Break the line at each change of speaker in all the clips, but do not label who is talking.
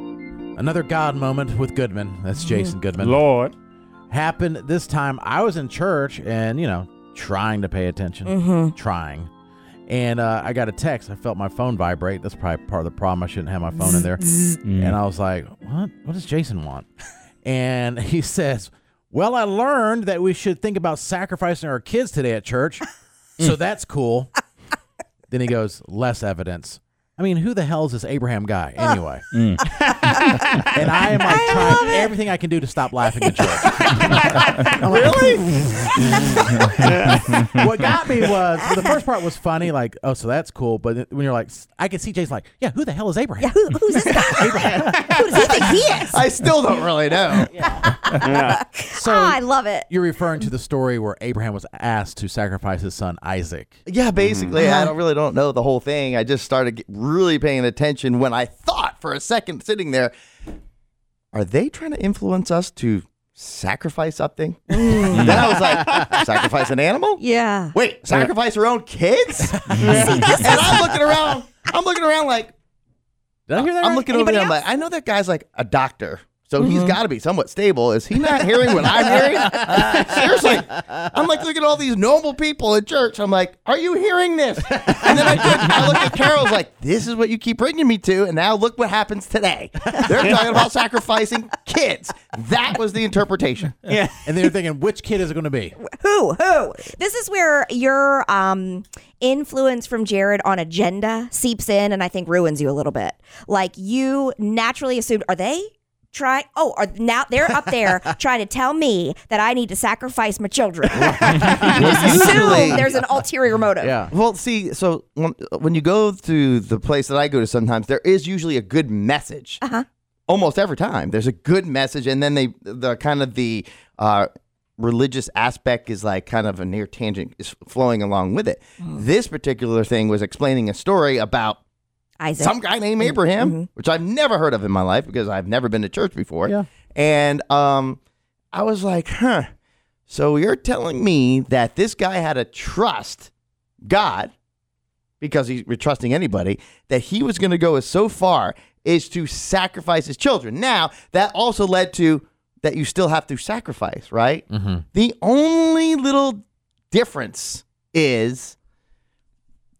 Another God moment with Goodman. That's Jason Goodman.
Lord.
Happened this time. I was in church and, you know, trying to pay attention. Trying. And uh, I got a text. I felt my phone vibrate. That's probably part of the problem. I shouldn't have my phone in there. And I was like, what? What does Jason want? And he says, well, I learned that we should think about sacrificing our kids today at church. so that's cool. then he goes, less evidence. I mean, who the hell is this Abraham guy anyway? and Mm. I am like trying everything I can do to stop laughing at church. really? what got me was the first part was funny, like, oh, so that's cool. But then when you're like, I can see Jason like, yeah, who the hell is Abraham?
Who, who's this guy? Who does he think he is?
I still don't really know.
So
Ah, I love it.
you're referring to the story where Abraham was asked to sacrifice his son Isaac.
Yeah, basically, I don't really don't know the whole thing. I just started get- really paying attention when I thought for a second sitting there, are they trying to influence us to sacrifice something? then I was like, sacrifice an animal?
Yeah.
Wait, sacrifice our own kids? and I'm looking around. I'm looking around like
Did I hear that?
I'm
right?
looking over there. I'm like, I know that guy's like a doctor. So he's got to be somewhat stable. Is he not hearing what I'm hearing? Seriously, I'm like looking at all these noble people at church. I'm like, are you hearing this? And then I, did, I looked at Carol's like, this is what you keep bringing me to. And now look what happens today. They're talking about sacrificing kids. That was the interpretation.
Yeah.
and they're thinking, which kid is it going to be?
Who? Who? This is where your um, influence from Jared on agenda seeps in and I think ruins you a little bit. Like you naturally assumed, are they? Try oh are now they're up there trying to tell me that I need to sacrifice my children. Just
usually-
assume there's an ulterior motive.
Yeah.
Well, see, so when, when you go to the place that I go to sometimes, there is usually a good message. Uh-huh. Almost every time, there's a good message, and then they the kind of the uh, religious aspect is like kind of a near tangent is flowing along with it. This particular thing was explaining a story about
Isaac.
some guy named Abraham, which I've never heard of in my life because I've never been to church before.
Yeah.
And um, I was like, huh. So you're telling me that this guy had to trust God because he was trusting anybody that he was going to go as so far is to sacrifice his children. Now that also led to that you still have to sacrifice, right? Mm-hmm. The only little difference is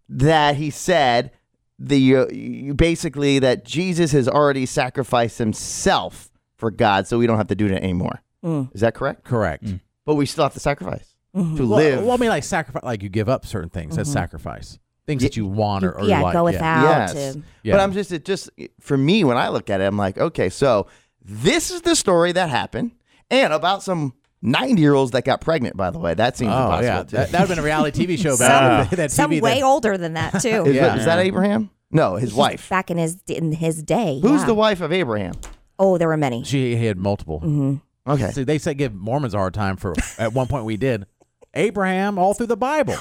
that he said the uh, you- basically that Jesus has already sacrificed himself for God, so we don't have to do it anymore.
Mm.
Is that correct?
Correct.
But we still have to sacrifice to
Mm-hmm. Well,
live.
well, I mean, like sacrifice, like you give up certain things. That's
Mm-hmm.
sacrifice. Things that you want or, or
yeah,
like.
go without
yes.
to-
Yeah.
But I'm just it just for me when I look at it, I'm like, okay, so this is the story that happened, and about some 90 year olds that got pregnant. By the way, that seems
Oh
impossible
yeah,
too.
that, that would have been a reality TV show.
Some-
back that
Some
TV
way
that-
older than that too.
Is,
yeah.
is that Abraham? No, his
He's
wife.
Back in his in his day.
Who's
yeah.
the wife of Abraham?
Oh, there were many.
She had multiple.
Mm-hmm.
Okay,
See, they said give Mormons a hard time for. At one point, we did. Abraham all through the Bible.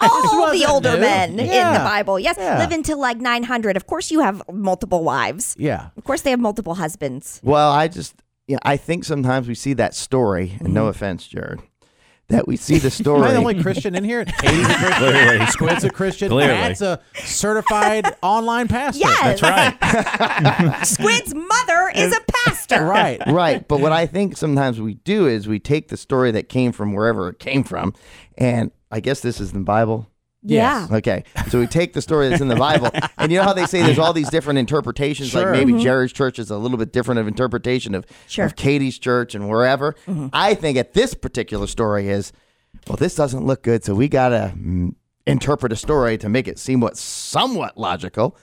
all the
wasn't
older
new.
men in the
Yeah.
Bible. Yes,
Yeah.
live until like 900. Of course, you have multiple wives.
Yeah.
Of course, they have multiple husbands.
Well, I just, yeah, I think sometimes we see that story, and no offense, Jared, that we see the
Am I
story.
the only Christian in here? Katie's a Christian.
Clearly.
Squid's a Christian.
Clearly.
That's a certified online pastor.
Yes,
Right.
Squid's mother is a pastor.
Right.
right. But what I think sometimes we do is we take the story that came from wherever it came from, and I guess this is the Bible.
Yeah.
Okay. So we take the story that's in the Bible, and you know how they say there's all these different interpretations, like maybe Jared's church is a little bit different of interpretation of,
Sure.
of Katie's church and wherever. I think at this particular story is, well, this doesn't look good, so we gotta mm, interpret a story to make it seem what somewhat logical,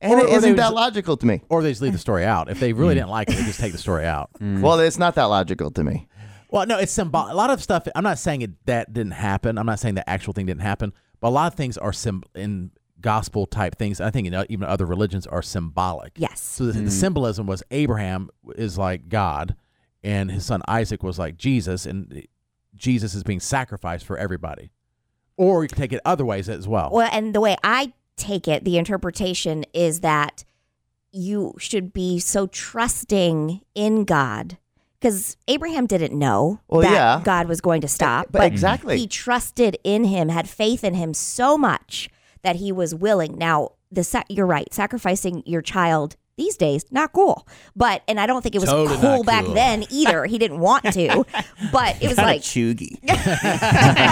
and
Or- or
it
they
isn't
would
that
just-
logical to me.
Or they just leave the story out. If they really
Hmm.
didn't like it, they just take the story out.
Well, it's not that logical to me.
Well, no, it's symbolic. A lot of stuff. I'm not saying it, that didn't happen. I'm not saying the actual thing didn't happen. But a lot of things are sim- in gospel type things. I think in, o- even other religions are symbolic.
Yes.
So the, the symbolism was Abraham is like God, and his son Isaac was like Jesus, and Jesus is being sacrificed for everybody. Or you can take it other ways as well.
Well, and the way I take it, the interpretation is that you should be so trusting in God because Abraham didn't know
Well,
that
yeah.
God was going to stop,
but exactly.
he trusted in Him, had faith in Him so much that he was willing. Now, the sa- you're right, sacrificing your child these days not cool. But and I don't think it was
Totally
cool
not
back
cool.
then either. He didn't want to, but it was like,
chuggy.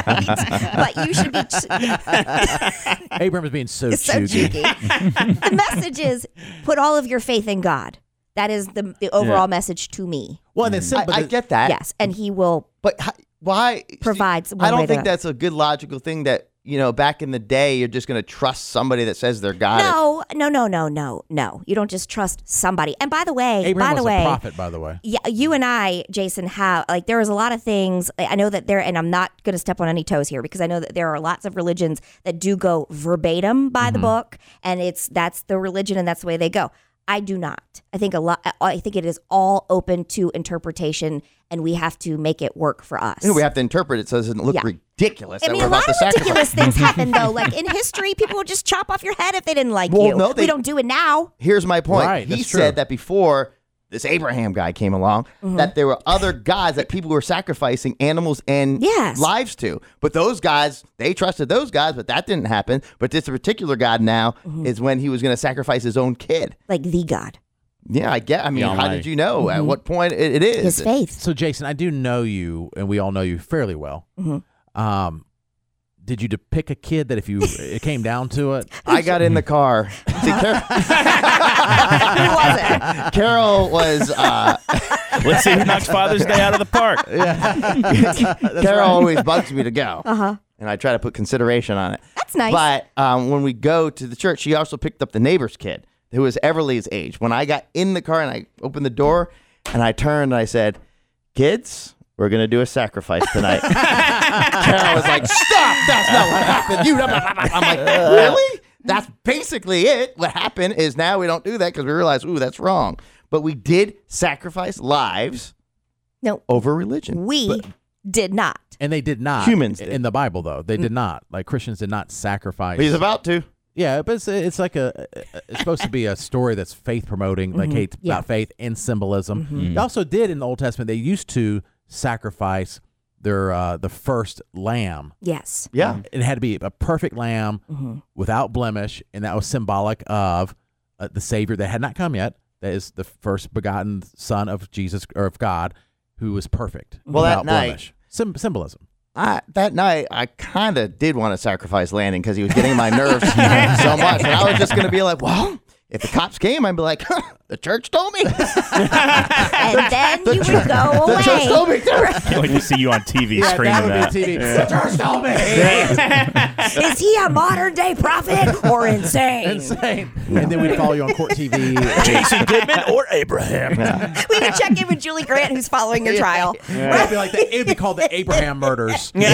but you should be ch-
Abram is being so,
so
cheeky.
cheeky. the message is put all of your faith in God. That is the the overall message to me.
Well, and it's
I,
simple.
I get that.
Yes, and he will
But h- why
Provides
See,
one
I
way
don't
to
think
the-
that's a good logical thing. That you know, back in the day, you're just going to trust somebody that says they're God.
No, no, no, no, no, no. You don't just trust somebody. And by the way,
Abram
by
was
the way,
a prophet, by the way.
yeah, you and I, Jason, have like there is a lot of things. I know that there, and I'm not going to step on any toes here because I know that there are lots of religions that do go verbatim by
Mm-hmm.
the book, and it's that's the religion and that's the way they go. I do not. I think a lot. I think it is all open to interpretation, and we have to make it work for us.
You know, we have to interpret it so it doesn't look
Yeah.
ridiculous.
I
that
mean,
we're
a
about
lot
to
of ridiculous things
sacrifice.
happen, though. Like in history, people would just chop off your head if they didn't like
Well,
you.
no, they-
we don't do it now.
Here's my point.
Right,
he
that's true.
said that before this Abraham guy came along,
Mm-hmm.
that there were other gods that people were sacrificing animals and
Yes.
lives to. But those guys, they trusted those guys, but that didn't happen. But this particular god now
Mm-hmm.
is when he was going to sacrifice his own kid.
Like the God,
Yeah, I get. I mean,
The
how
Almighty.
did you know? At what point it, it is?
Mm-hmm. his faith.
So, Jason, I do know you, and we all know you fairly well.
Mm-hmm.
Um, did you pick a kid that if you it came down to it,
I got in the car. See, Car-
Who was it?
Carol was uh,
Let's see who knocks Father's Day out of the park.
Carol always bugs me to go,
Uh-huh.
and I try to put consideration on it.
That's nice.
But um, when we go to the church, she also picked up the neighbor's kid who was Everly's age. When I got in the car and I opened the door and I turned and I said, "Kids." We're gonna do a sacrifice tonight. Carol was like, "Stop! That's not what happened." You, blah, blah, blah, blah." I'm like, "Really? That's basically it. What happened is now we don't do that because we realize, ooh, that's wrong." But we did sacrifice lives
No,
over religion.
we did not.
and they did not
Humans did.
in the Bible though they did not like Christians did not sacrifice.
But He's about to.
yeah, but it's, it's like a it's supposed to be a story that's faith promoting, like
Mm-hmm.
hey, it's
Yeah.
about faith and symbolism. They also did in the Old Testament. They used to sacrifice their uh, the first lamb.
Yes.
Yeah.
It had to be a perfect lamb
Mm-hmm.
without blemish, and that was symbolic of uh, the Savior that had not come yet. That is the first begotten Son of Jesus or of God, who was perfect
Well, that
without
night-
blemish. Sym- symbolism.
I, that night, I kind of did want to sacrifice Landon because he was getting my nerves so much. And I was just going to be like, well, if the cops came, I'd be like, huh, the church told me. The
And then you would
church-
go
The church
away.
told me.
Can't wait to see you on TV screaming that.
TV. The church told me.
Is he a modern day prophet or insane?
Insane. And then we'd follow you on court TV.
Jason Goodman or Abraham?
We would check in with Julie Grant, who's following your trial.
It'd be like the, it'd be called the Abraham murders. the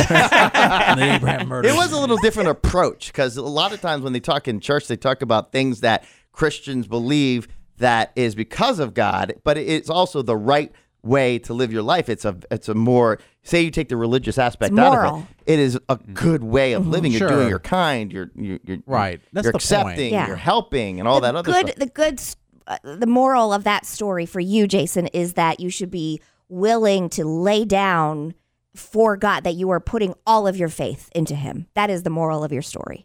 Abraham murders.
It was a little different approach because a lot of times when they talk in church, they talk about things that Christians believe that is because of God, but it's also the right way to live your life. It's a it's a more say you take the religious aspect out of
moral. Mm-hmm.
it. It is a good way of living. You're
Mm-hmm. Sure.
doing. You're kind. You're you're, you're
Right. That's
you're
the point.
accepting.
Yeah.
You're helping, and all that other
good,
stuff.
The good, s- uh, the moral of that story for you, Jason, is that you should be willing to lay down for God that you are putting all of your faith into Him. That is the moral of your story.